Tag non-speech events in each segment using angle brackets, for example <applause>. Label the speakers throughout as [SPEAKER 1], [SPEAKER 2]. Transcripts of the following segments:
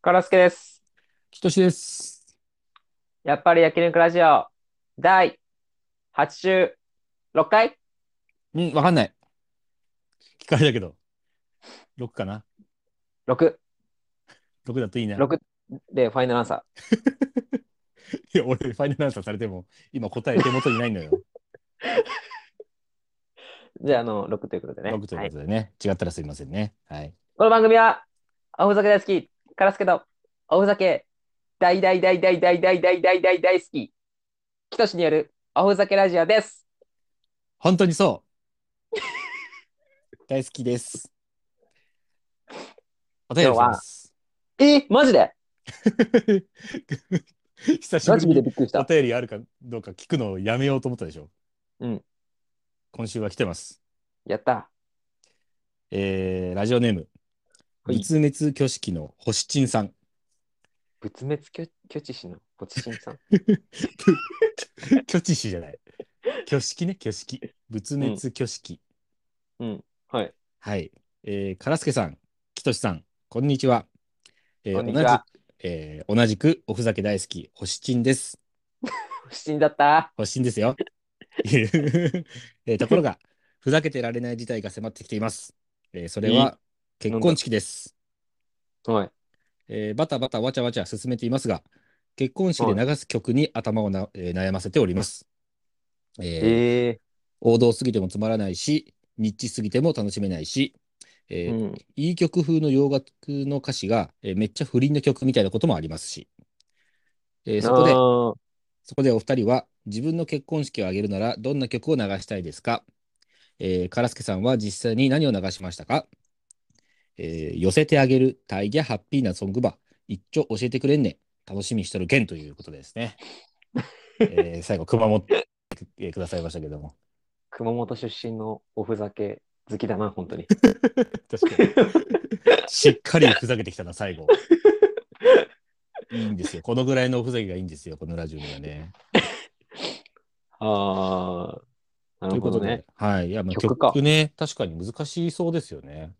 [SPEAKER 1] カラスケです。
[SPEAKER 2] きとしです。
[SPEAKER 1] やっぱり焼肉ラジオ第86回
[SPEAKER 2] うん、わかんない。機械だけど、6かな。
[SPEAKER 1] ?6。
[SPEAKER 2] 6だといいな。
[SPEAKER 1] 6でファイナルアンサ
[SPEAKER 2] いや、俺、ファイナルアンサーされても、今答え手元にない <laughs> のよ。
[SPEAKER 1] ー。じゃあ、あの、6ということでね。
[SPEAKER 2] 6という
[SPEAKER 1] は
[SPEAKER 2] こ
[SPEAKER 1] い。
[SPEAKER 2] とでね。違ったらすいませんね。はい。
[SPEAKER 1] この番組は、おふざけ大好き、カラスケと、おふざけ、大大大大大大大大大大好き、きとしによるおふざけラジオです。
[SPEAKER 2] 本当にそう。大好きです。お便
[SPEAKER 1] 今
[SPEAKER 2] り
[SPEAKER 1] 日
[SPEAKER 2] 来てま
[SPEAKER 1] は、
[SPEAKER 2] す。
[SPEAKER 1] え、マジで
[SPEAKER 2] 久し
[SPEAKER 1] マ
[SPEAKER 2] ぶ
[SPEAKER 1] ジ
[SPEAKER 2] り
[SPEAKER 1] で
[SPEAKER 2] に
[SPEAKER 1] びっくりし
[SPEAKER 2] お
[SPEAKER 1] た。
[SPEAKER 2] 便りあるかどうか聞くのをやめようと思ったでしょ。
[SPEAKER 1] うん、
[SPEAKER 2] 今週は来てます。
[SPEAKER 1] やった。
[SPEAKER 2] えー、ラジオネーム、
[SPEAKER 1] ほい。
[SPEAKER 2] 仏滅挙式の星珍
[SPEAKER 1] <laughs>
[SPEAKER 2] さん。
[SPEAKER 1] 仏滅拒拒知しのご知心さん。
[SPEAKER 2] 挙知師じゃない。挙式ね、挙式。仏
[SPEAKER 1] う
[SPEAKER 2] 滅
[SPEAKER 1] ん、
[SPEAKER 2] 挙式。
[SPEAKER 1] うん。はい。
[SPEAKER 2] はい。えー、からすけさん、きとしさん、こんにちは。え
[SPEAKER 1] こ
[SPEAKER 2] ー
[SPEAKER 1] んにち
[SPEAKER 2] 同じ
[SPEAKER 1] は。、
[SPEAKER 2] えー同じくおふざけ大好き、星ちんです。
[SPEAKER 1] 不審だった。
[SPEAKER 2] 星ちんですよ。 <laughs> えーところが、ふざけてられない事態が迫ってきています。えーそれ
[SPEAKER 1] いい。
[SPEAKER 2] は、結
[SPEAKER 1] なん
[SPEAKER 2] 婚
[SPEAKER 1] だ。
[SPEAKER 2] 式です。
[SPEAKER 1] はい。
[SPEAKER 2] えーバタバタわちゃわちゃ進めていますが、結婚式で
[SPEAKER 1] はい。
[SPEAKER 2] 流す曲に頭をな、えー悩ませております。えー
[SPEAKER 1] ええ
[SPEAKER 2] 王道すぎてもつまらないし、ニッチすぎても楽しめないし、
[SPEAKER 1] う
[SPEAKER 2] え
[SPEAKER 1] ん。
[SPEAKER 2] ーいい曲風の洋楽の歌詞が、えーめっちゃ不倫の曲みたいなこともありますし、えーそこで、
[SPEAKER 1] ああ、
[SPEAKER 2] そこでお二人は自分の結婚式を挙げるならどんな曲を流したいですかえー、カラスケさんは実際に何を流しましたかえー寄せてあげる大やハッピーなソングば、一丁教えてくれんね。楽しみにしとるけんということでですね。え
[SPEAKER 1] <laughs>
[SPEAKER 2] ー最後、熊本、えーくださいましたけども。
[SPEAKER 1] 熊本出身のおふざけ好きだな、本当
[SPEAKER 2] <laughs>
[SPEAKER 1] に。
[SPEAKER 2] 確かに。しっかりふざけてきたな、最後。いいんですよ。このぐらいのおふざけがいいんですよ、このラジオにはね。
[SPEAKER 1] ああ、な
[SPEAKER 2] と
[SPEAKER 1] る
[SPEAKER 2] い
[SPEAKER 1] ほ
[SPEAKER 2] うこと
[SPEAKER 1] どね。
[SPEAKER 2] で、はい。いや、まあ、
[SPEAKER 1] 曲か。
[SPEAKER 2] 曲ね、確かに難しそうですよね。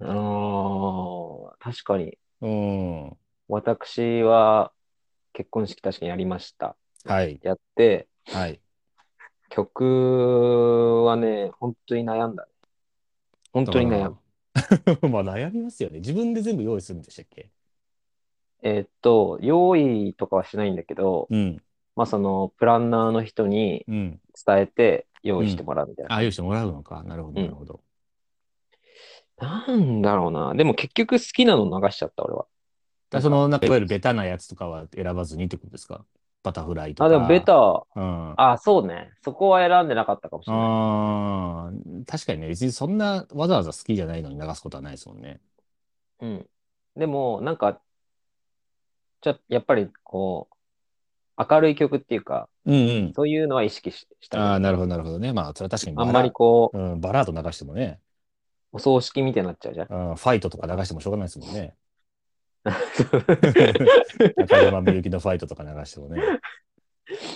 [SPEAKER 1] ああ、確かに。
[SPEAKER 2] うん。
[SPEAKER 1] 私は結婚式確かにやりました。
[SPEAKER 2] はい。
[SPEAKER 1] やって、
[SPEAKER 2] はい。
[SPEAKER 1] 曲はね、本当に悩んだ。本
[SPEAKER 2] だ
[SPEAKER 1] 当
[SPEAKER 2] か
[SPEAKER 1] に
[SPEAKER 2] ら、
[SPEAKER 1] 悩む。
[SPEAKER 2] <laughs> まあ悩みますよね。自分で全部用意するんでしたっけ
[SPEAKER 1] えーっと、用意とかはしないんだけど、
[SPEAKER 2] うん。
[SPEAKER 1] まあその、プランナーの人に
[SPEAKER 2] うん。
[SPEAKER 1] 伝えて用
[SPEAKER 2] う
[SPEAKER 1] 意して
[SPEAKER 2] ん。
[SPEAKER 1] もらうみたいな
[SPEAKER 2] あ、
[SPEAKER 1] 感
[SPEAKER 2] 用意
[SPEAKER 1] じ。
[SPEAKER 2] してもらうのか。なるほど、
[SPEAKER 1] う
[SPEAKER 2] な
[SPEAKER 1] ん。
[SPEAKER 2] るほど。
[SPEAKER 1] なんだろうな。でも結局好きなの流しちゃった、俺は。な
[SPEAKER 2] だ
[SPEAKER 1] ん
[SPEAKER 2] そ
[SPEAKER 1] か。
[SPEAKER 2] の、なんか、いわゆるベタなやつとかは選ばずにってことですかバタフライと
[SPEAKER 1] あ、でもベ
[SPEAKER 2] か。
[SPEAKER 1] タ、
[SPEAKER 2] うん。あ
[SPEAKER 1] あ、そうね。そこは選んでなかったかもしれない。
[SPEAKER 2] あ、確かにね、別にそんなわざわざ好きじゃないのに流すことはないですもんね。
[SPEAKER 1] うん。でも、なんか、ちょっと、やっぱり、こう、明るい曲っていうか、
[SPEAKER 2] うんうん。
[SPEAKER 1] そういうのは意識し、した
[SPEAKER 2] あ
[SPEAKER 1] ね。
[SPEAKER 2] あ、なるほど、なるほどね。まあ、それは確かに
[SPEAKER 1] あん
[SPEAKER 2] バ
[SPEAKER 1] まり
[SPEAKER 2] ラ、
[SPEAKER 1] こ
[SPEAKER 2] うん、バラード流してもね、
[SPEAKER 1] う、お葬式みたいになっちゃうじゃん。 <laughs>
[SPEAKER 2] うん、ファイトとか流してもしょうがないですもんね。中島みゆきのファイトとか流してもね。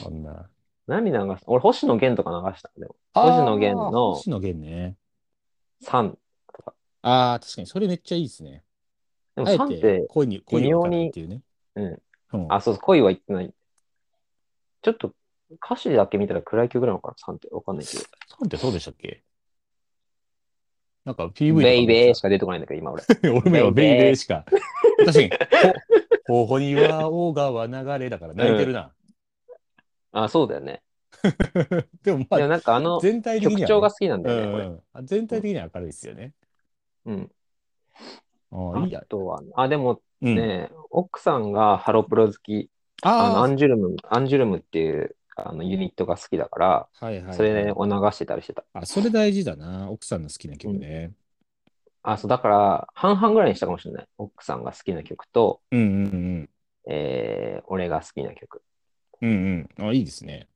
[SPEAKER 2] そんな。
[SPEAKER 1] 何流した俺、星野源とか流した。でも、星野源
[SPEAKER 2] ああ、
[SPEAKER 1] の
[SPEAKER 2] 星野源ね。
[SPEAKER 1] サンとか。
[SPEAKER 2] ああ、確かに、それめっちゃいいですね。
[SPEAKER 1] でも、
[SPEAKER 2] あえ
[SPEAKER 1] サンっ
[SPEAKER 2] て
[SPEAKER 1] て、
[SPEAKER 2] 恋に、
[SPEAKER 1] 微
[SPEAKER 2] 恋を
[SPEAKER 1] 妙
[SPEAKER 2] 打たないっ
[SPEAKER 1] に、
[SPEAKER 2] ていうね。
[SPEAKER 1] うん。
[SPEAKER 2] うん。
[SPEAKER 1] あ、そうそう、恋は言ってない。ちょっと、歌詞だけ見たら暗い曲なのかな、サンって。わかんないけど。
[SPEAKER 2] サンってそうでしたっけなんか PV と
[SPEAKER 1] ベ
[SPEAKER 2] か
[SPEAKER 1] イ
[SPEAKER 2] 見て
[SPEAKER 1] ベー
[SPEAKER 2] た。
[SPEAKER 1] しか出てこないんだけど、今俺。
[SPEAKER 2] 俺も
[SPEAKER 1] ベ
[SPEAKER 2] 今、
[SPEAKER 1] イ
[SPEAKER 2] ベイベー
[SPEAKER 1] ベ
[SPEAKER 2] しか。確かに、ほ、ほほには大川流れだから
[SPEAKER 1] ー。
[SPEAKER 2] 泣いて
[SPEAKER 1] う
[SPEAKER 2] る
[SPEAKER 1] ん。
[SPEAKER 2] な。
[SPEAKER 1] あ、そうだよね。
[SPEAKER 2] でもま
[SPEAKER 1] で
[SPEAKER 2] あ、
[SPEAKER 1] もなんかあの
[SPEAKER 2] 全体的
[SPEAKER 1] 曲
[SPEAKER 2] には
[SPEAKER 1] 調が
[SPEAKER 2] ね。
[SPEAKER 1] 好きなんだ
[SPEAKER 2] う
[SPEAKER 1] よね、俺。
[SPEAKER 2] ん、うん。全
[SPEAKER 1] う
[SPEAKER 2] 体
[SPEAKER 1] ん。
[SPEAKER 2] 的には明るいですよね。
[SPEAKER 1] うん。
[SPEAKER 2] ああ、い
[SPEAKER 1] あ
[SPEAKER 2] いや。
[SPEAKER 1] とは、あ、でも
[SPEAKER 2] うん。
[SPEAKER 1] ね、奥さんがハロプロ好き、あの、
[SPEAKER 2] あ
[SPEAKER 1] アンジュルム、アンジュルムっていうあのユニットが好きだから、
[SPEAKER 2] あ、はいはい
[SPEAKER 1] それ
[SPEAKER 2] は
[SPEAKER 1] で
[SPEAKER 2] い。
[SPEAKER 1] を流してたりしてた。
[SPEAKER 2] あ、それ大事だな。奥さんの好きな
[SPEAKER 1] う
[SPEAKER 2] 曲
[SPEAKER 1] ん。
[SPEAKER 2] ね。
[SPEAKER 1] あ、そう、だから、半々ぐらいにしたかもしれない。奥さんが好きな曲と、
[SPEAKER 2] うんうん
[SPEAKER 1] えー、俺が好きな曲。
[SPEAKER 2] うん。うんうん。あ、いいですね。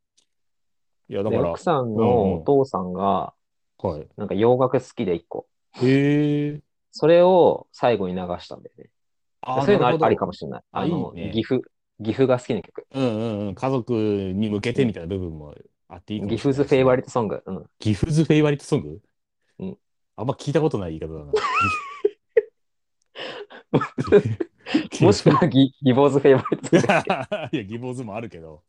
[SPEAKER 2] いや、だ
[SPEAKER 1] で、
[SPEAKER 2] から、
[SPEAKER 1] 奥さん
[SPEAKER 2] う
[SPEAKER 1] のお
[SPEAKER 2] んうん。
[SPEAKER 1] 父さんが、
[SPEAKER 2] はい。
[SPEAKER 1] なんか洋楽好きで一個。
[SPEAKER 2] へえ。
[SPEAKER 1] それを最後に流したんだよね。
[SPEAKER 2] ああ、
[SPEAKER 1] そうい
[SPEAKER 2] な
[SPEAKER 1] うのあ
[SPEAKER 2] るほ
[SPEAKER 1] り、ありか
[SPEAKER 2] ど。
[SPEAKER 1] もしれない。
[SPEAKER 2] あ、
[SPEAKER 1] あ
[SPEAKER 2] いい
[SPEAKER 1] の、岐
[SPEAKER 2] ね。
[SPEAKER 1] 阜、岐阜が好きな曲。
[SPEAKER 2] うんうんうん、家族に向け
[SPEAKER 1] う
[SPEAKER 2] てみ
[SPEAKER 1] ん。
[SPEAKER 2] たいな部分もあっていいかも
[SPEAKER 1] 岐
[SPEAKER 2] しれ
[SPEAKER 1] 阜
[SPEAKER 2] な
[SPEAKER 1] ズフェイ
[SPEAKER 2] いです
[SPEAKER 1] バリ
[SPEAKER 2] ね。
[SPEAKER 1] ットソング。うん。
[SPEAKER 2] ギフズフェイバリットソング
[SPEAKER 1] うん。
[SPEAKER 2] あんま聞いたことない言い方だな。
[SPEAKER 1] <laughs>
[SPEAKER 2] ギ
[SPEAKER 1] もしくはギギボーズフェイバリット
[SPEAKER 2] <laughs> いや、義母図もあるけど、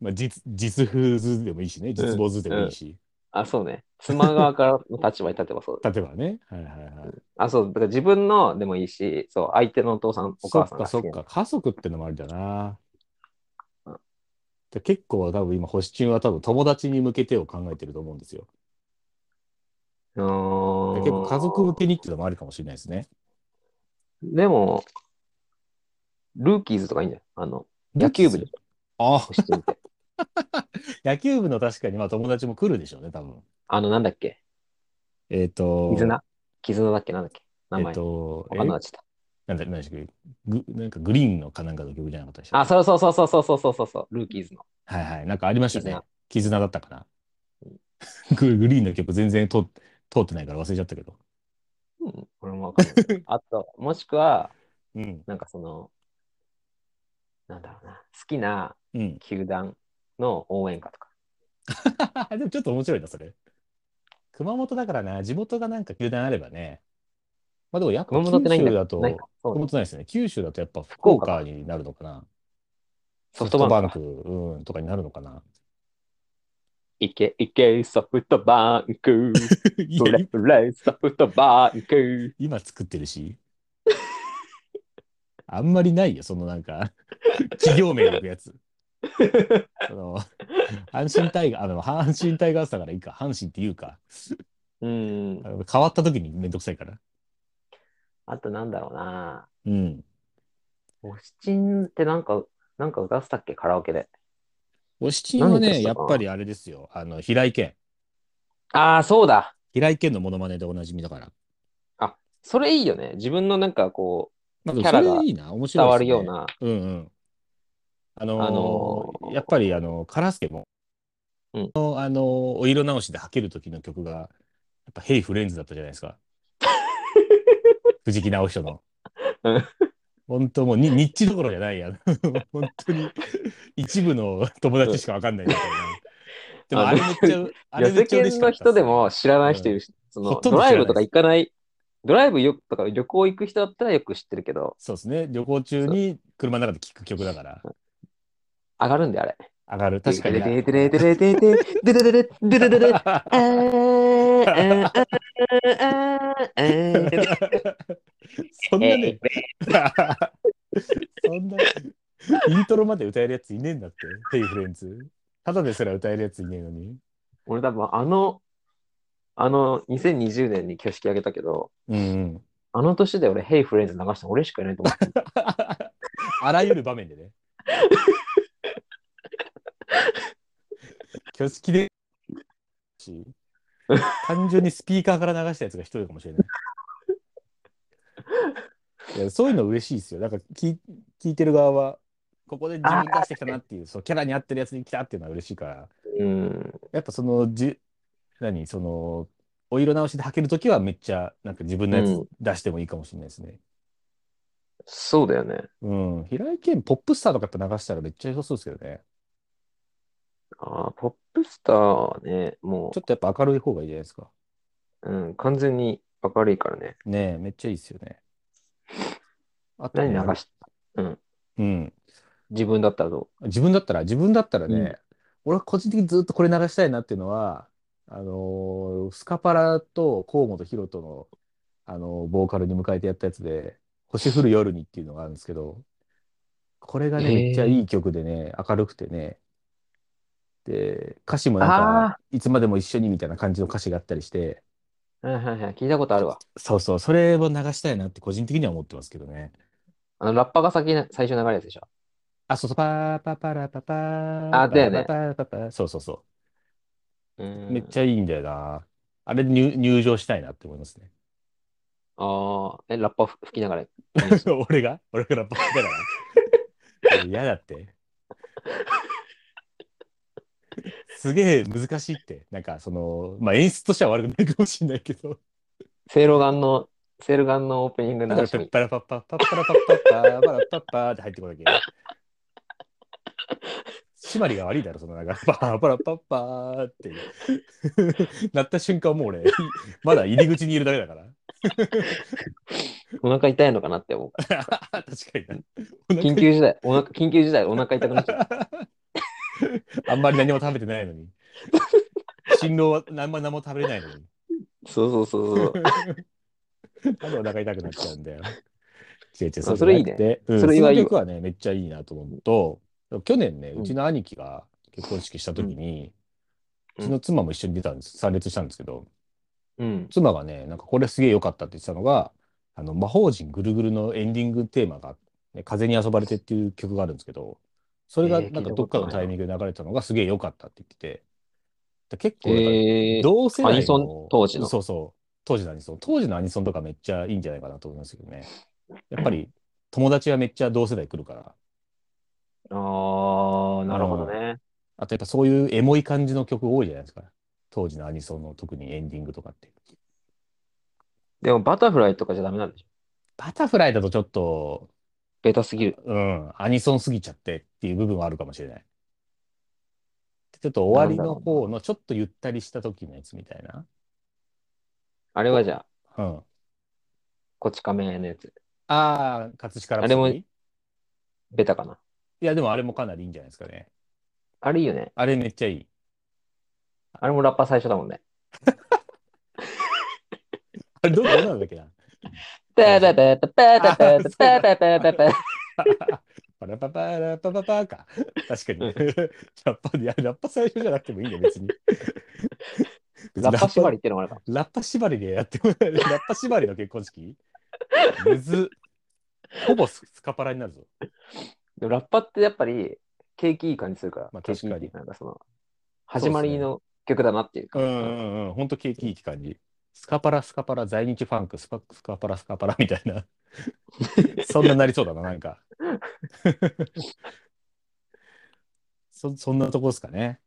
[SPEAKER 2] まあ、実実風図でもいいしね、実母図でもいいし、
[SPEAKER 1] あ、そうね。妻側からの立場に立てばそうだ。
[SPEAKER 2] 例えばね、はいはいはい。
[SPEAKER 1] あ、そう。だから自分のでもいいし、そう、相手のお父さん、お母さんが
[SPEAKER 2] そ
[SPEAKER 1] 好
[SPEAKER 2] っ
[SPEAKER 1] き
[SPEAKER 2] かそっ
[SPEAKER 1] な。
[SPEAKER 2] か、家族ってのもあるんだな
[SPEAKER 1] うん。
[SPEAKER 2] で結構は多分今、星中は多分友達に向けてを考えてると思うんですよ。
[SPEAKER 1] う
[SPEAKER 2] で
[SPEAKER 1] ーん
[SPEAKER 2] 結構家族向けにっていうのもあるかもしれないですね。
[SPEAKER 1] でも、ルーキーズとかいいんじゃないあの、野球部で
[SPEAKER 2] あ
[SPEAKER 1] 知ってみて。
[SPEAKER 2] あ、野球部の確かにまあ友達も来るでしょうね、多分。
[SPEAKER 1] あの、なんだっけ
[SPEAKER 2] えっ、と、
[SPEAKER 1] 絆絆だっけなんだっけ名
[SPEAKER 2] えっ、
[SPEAKER 1] 前。
[SPEAKER 2] と、
[SPEAKER 1] 他のはちょっ
[SPEAKER 2] えなんだ、なんだっけグなんかグリーンのかなんかの曲じゃなかったでし
[SPEAKER 1] と。
[SPEAKER 2] ょ
[SPEAKER 1] あ、そうそうそうそうそうそうそうそう、ルーキーズの。
[SPEAKER 2] はいはい。なんかありましたね
[SPEAKER 1] 絆。
[SPEAKER 2] 絆だったかな。ググリーンの曲全然通っ通ってないから忘れちゃったけど。
[SPEAKER 1] うん、俺もわかん
[SPEAKER 2] <laughs>
[SPEAKER 1] ない。あと、もしくは、
[SPEAKER 2] うん。
[SPEAKER 1] なんかその、なんだろうな、好きな
[SPEAKER 2] うん。
[SPEAKER 1] 球団の応援歌とか。
[SPEAKER 2] <laughs> でもちょっと面白いな、それ。熊本だからな、地元がなんか球団あればね。まあでもやっぱ
[SPEAKER 1] 熊本ってないん
[SPEAKER 2] 九
[SPEAKER 1] だ
[SPEAKER 2] 州だと、
[SPEAKER 1] ないかそう
[SPEAKER 2] 熊
[SPEAKER 1] ね
[SPEAKER 2] 本ないですね。九州だとやっぱ福
[SPEAKER 1] 福
[SPEAKER 2] 岡
[SPEAKER 1] 岡
[SPEAKER 2] になるのかな。
[SPEAKER 1] ソフトバンクか。
[SPEAKER 2] ソフトバンク、うん、とかになるの
[SPEAKER 1] <laughs>
[SPEAKER 2] かな。
[SPEAKER 1] いけいけソフトバンク。
[SPEAKER 2] い
[SPEAKER 1] それ
[SPEAKER 2] や
[SPEAKER 1] それソフトバンク。
[SPEAKER 2] 今作ってるし。あんまりないよ、そのなん
[SPEAKER 1] <laughs>
[SPEAKER 2] か、企業名のやつ。その、阪神タイガー、あの、阪神タイガースだからいいか、阪神っていうか、
[SPEAKER 1] うん
[SPEAKER 2] あ。の変わった時にめんどくさいから。
[SPEAKER 1] あとなんだろうな。
[SPEAKER 2] うん。
[SPEAKER 1] オシチンってなんか、なんか歌ってたっけカラオケで。
[SPEAKER 2] お七は
[SPEAKER 1] 何
[SPEAKER 2] ね、や
[SPEAKER 1] かした
[SPEAKER 2] っ
[SPEAKER 1] かな
[SPEAKER 2] ぱりあれですよ。あの、平井堅。
[SPEAKER 1] ああ、そうだ。
[SPEAKER 2] 平井堅のモノマネでおなじみだから。
[SPEAKER 1] それいいよね。自分のなんかこ
[SPEAKER 2] まあ、で
[SPEAKER 1] キャ
[SPEAKER 2] もそ
[SPEAKER 1] ラが
[SPEAKER 2] れいいな、面
[SPEAKER 1] う、
[SPEAKER 2] 白
[SPEAKER 1] 伝
[SPEAKER 2] い
[SPEAKER 1] わ
[SPEAKER 2] です
[SPEAKER 1] るよ
[SPEAKER 2] ね
[SPEAKER 1] う。な。
[SPEAKER 2] うんうん。あのー
[SPEAKER 1] あのー
[SPEAKER 2] やっぱり、あの、カラスケも、
[SPEAKER 1] うん
[SPEAKER 2] の、あのーお色直しで履ける時の曲が、やっぱ、ヘイフレンズだったじゃないです
[SPEAKER 1] <laughs>
[SPEAKER 2] か。藤木直人の
[SPEAKER 1] うん。
[SPEAKER 2] 本当もうに、ニッチどころじゃないやん。本当に、一部の友達しかわかんないみたいな。でも、あれめっちゃ、あれ
[SPEAKER 1] 世
[SPEAKER 2] めっちゃ嬉し
[SPEAKER 1] 間
[SPEAKER 2] か
[SPEAKER 1] の
[SPEAKER 2] ったっす
[SPEAKER 1] 人でも知らない人いるし、そ
[SPEAKER 2] ほ
[SPEAKER 1] の
[SPEAKER 2] とん
[SPEAKER 1] ド
[SPEAKER 2] ど知らな
[SPEAKER 1] ラ
[SPEAKER 2] い
[SPEAKER 1] イブとか行かない、ドライブよとか旅行行く人だったらよく知ってるけど、
[SPEAKER 2] そうですね。旅行中に車の中で聴く曲だから、
[SPEAKER 1] 上がるんであれ。
[SPEAKER 2] 上がる。確かに。
[SPEAKER 1] でででででででででででででであーあーあーあー
[SPEAKER 2] <laughs> そんなね
[SPEAKER 1] え。
[SPEAKER 2] <laughs> そんな、イントロまで歌えるやついねえんだって、ヘイフレンズ。ただですら歌えるやついねえのに。
[SPEAKER 1] 俺多分あの、あの2020年に挙式あげたけど、
[SPEAKER 2] うんうん。
[SPEAKER 1] あの年で俺、Hey Friends 流したの俺しかいないと思う。
[SPEAKER 2] <laughs> あらゆる場面でね。挙式で、し単純にスピーカーから流したやつが一人かもしれない。いやそういうの嬉しいですよ。なんか聞聞いてる側は、ここで自分出してきたなっていう、そうキャラに合ってるやつに来たっていうのは嬉しいから、
[SPEAKER 1] うん。
[SPEAKER 2] やっぱそのじ、何、その、お色直しで履けるときはめっちゃ、なんか自分のや
[SPEAKER 1] う
[SPEAKER 2] つ
[SPEAKER 1] ん
[SPEAKER 2] 出してもいいかもしれないですね。
[SPEAKER 1] そうだよね。
[SPEAKER 2] うん、平井堅、ポップスターとかやっぱ流したらめっちゃ良さそうですけどね。
[SPEAKER 1] ああ、ポップスターはね、も
[SPEAKER 2] ちょっとやっぱ明るい方がいいじゃないですか。
[SPEAKER 1] う、うん、完全に明るいからね。
[SPEAKER 2] ねえ、めっちゃいいですよね。あと
[SPEAKER 1] 何
[SPEAKER 2] ね、
[SPEAKER 1] 流し
[SPEAKER 2] うん。
[SPEAKER 1] 自分だったらど
[SPEAKER 2] 自分だったら、自分だったらね、
[SPEAKER 1] うん
[SPEAKER 2] 俺は個人的にずっとこれ流したいなっていうのは、あのースカパラと河本ロ人の、あのーボーカルに迎えてやったやつで、星降る夜にっていうのがあるんですけど、これが
[SPEAKER 1] へ
[SPEAKER 2] ね、
[SPEAKER 1] え
[SPEAKER 2] めっちゃいい曲でね、明るくてね、で、歌詞もなん
[SPEAKER 1] あ
[SPEAKER 2] か、いつまでも一緒にみたいな感じの歌詞があったりして、
[SPEAKER 1] うはいはいはい、聞いたことあるわ。
[SPEAKER 2] そうそう、それを流したいなって個人的には思ってますけどね。
[SPEAKER 1] あの、ラッパが先に、最初流れるやつでしょ。
[SPEAKER 2] あ、そうそう、パーパパラパパー、
[SPEAKER 1] あだよね
[SPEAKER 2] パラパパパーそうそうそうう。
[SPEAKER 1] ん。
[SPEAKER 2] めっちゃいいんだよな。あれ入、入場したいなって思いますね。
[SPEAKER 1] ああ、え、ラッパ吹きながら。
[SPEAKER 2] 俺が俺がラッパーだから。嫌だって。すげえ難しいって。なんか、その、まあ、演出としては悪くないかもしれないけど。
[SPEAKER 1] セイロガンの、セイロガンのオープニング流
[SPEAKER 2] だから、
[SPEAKER 1] して
[SPEAKER 2] ペ
[SPEAKER 1] もい
[SPEAKER 2] ッ
[SPEAKER 1] い。
[SPEAKER 2] パラパッパ、パッパラパッパッパー、パラパッパーって入ってこなきゃ。締まりが悪いだろ、そのなんか、パラパラパッパーって。なった瞬間、もう俺、まだ入り口にいるだけだから。
[SPEAKER 1] お腹痛いのかなって思う。
[SPEAKER 2] 確かにな。お腹
[SPEAKER 1] 緊急事態、お腹、緊急事態、お腹痛くなっちゃう。
[SPEAKER 2] <laughs> あんまり何も食べてないのに。新郎は何も何も食べれないのに。
[SPEAKER 1] そうそうそうそう。
[SPEAKER 2] なんでお腹痛くなっちゃうんだよ。違う違う、
[SPEAKER 1] あそれいいね
[SPEAKER 2] じゃなくてうん
[SPEAKER 1] そ
[SPEAKER 2] そ
[SPEAKER 1] れは
[SPEAKER 2] の
[SPEAKER 1] いいわ
[SPEAKER 2] 曲はね、めっちゃいいなと思うと、去年ね、
[SPEAKER 1] うん
[SPEAKER 2] うちの兄貴が結婚式した時に、
[SPEAKER 1] う
[SPEAKER 2] うんちの妻も一緒に出たんです、参列したんですけど、
[SPEAKER 1] うん。
[SPEAKER 2] 妻がね、なんかこれすげえ良かったって言ってたのが、あの魔法陣ぐるぐるのエンディングテーマが、ね、風に遊ばれてっていう曲があるんですけど、それが
[SPEAKER 1] えー聞
[SPEAKER 2] なんか
[SPEAKER 1] いた
[SPEAKER 2] ど
[SPEAKER 1] こ
[SPEAKER 2] っ
[SPEAKER 1] とない
[SPEAKER 2] かの
[SPEAKER 1] な
[SPEAKER 2] タイミングで流れてたのがすげえ良かったって言ってて、だから結構なんか
[SPEAKER 1] えー、
[SPEAKER 2] 同世代の
[SPEAKER 1] アニソン当時の
[SPEAKER 2] そうそう。当時のアニソン。当時のアニソンとかめっちゃいいんじゃないかなと思いますけどね。やっぱり友達はめっちゃ同世代来るから。
[SPEAKER 1] ああ、なるほどね。
[SPEAKER 2] あとやっぱそういうエモい感じの曲多いじゃないですか。当時のアニソンの特にエンディングとかって。
[SPEAKER 1] でも、バタフライとかじゃダメなんでしょ
[SPEAKER 2] バタフライだとちょっと、
[SPEAKER 1] ベタすぎる。
[SPEAKER 2] うん、アニソンすぎちゃってっていう部分はあるかもしれない。でちょっと終わりの方のちょっとゆったりした時のやつみたいな。
[SPEAKER 1] あれはじゃあ、
[SPEAKER 2] うん。
[SPEAKER 1] こち亀のやつ。
[SPEAKER 2] ああ、葛飾ラプソディ
[SPEAKER 1] あれもベタかな。
[SPEAKER 2] いや、でもあれもかなりいいんじゃないですかね。
[SPEAKER 1] あれいいよね。
[SPEAKER 2] あれめっちゃいい。
[SPEAKER 1] あれもラッパ最初だもんね。
[SPEAKER 2] あれどうどうなんだ
[SPEAKER 1] <laughs>
[SPEAKER 2] っけな
[SPEAKER 1] タタタタタタタタタタタタ
[SPEAKER 2] パラパパラパパパーか。確かに
[SPEAKER 1] うん
[SPEAKER 2] ね。ラッパ、いや、ラッパ最初じゃなくてもいいよ、別に。
[SPEAKER 1] ラッパ縛り
[SPEAKER 2] り。
[SPEAKER 1] ってのもあるか。
[SPEAKER 2] ラッパ縛りでやってもらえる。ラッパ縛りの結婚式むずっ。ほぼススカパラになるぞ。
[SPEAKER 1] でもラッパってやっぱり、景気いい感じするから。
[SPEAKER 2] まあ確かに
[SPEAKER 1] 景気いいっていうなんかその、始まりの曲だなっていう
[SPEAKER 2] う
[SPEAKER 1] か。
[SPEAKER 2] んうんうん。ほんと景気いい感じ。スカパラ、スカパラ、在日ファンク、スパスカパラ、スカパラみたいな。 <laughs> そんななりそう <laughs> だな、なんか。そそんなとこですかね。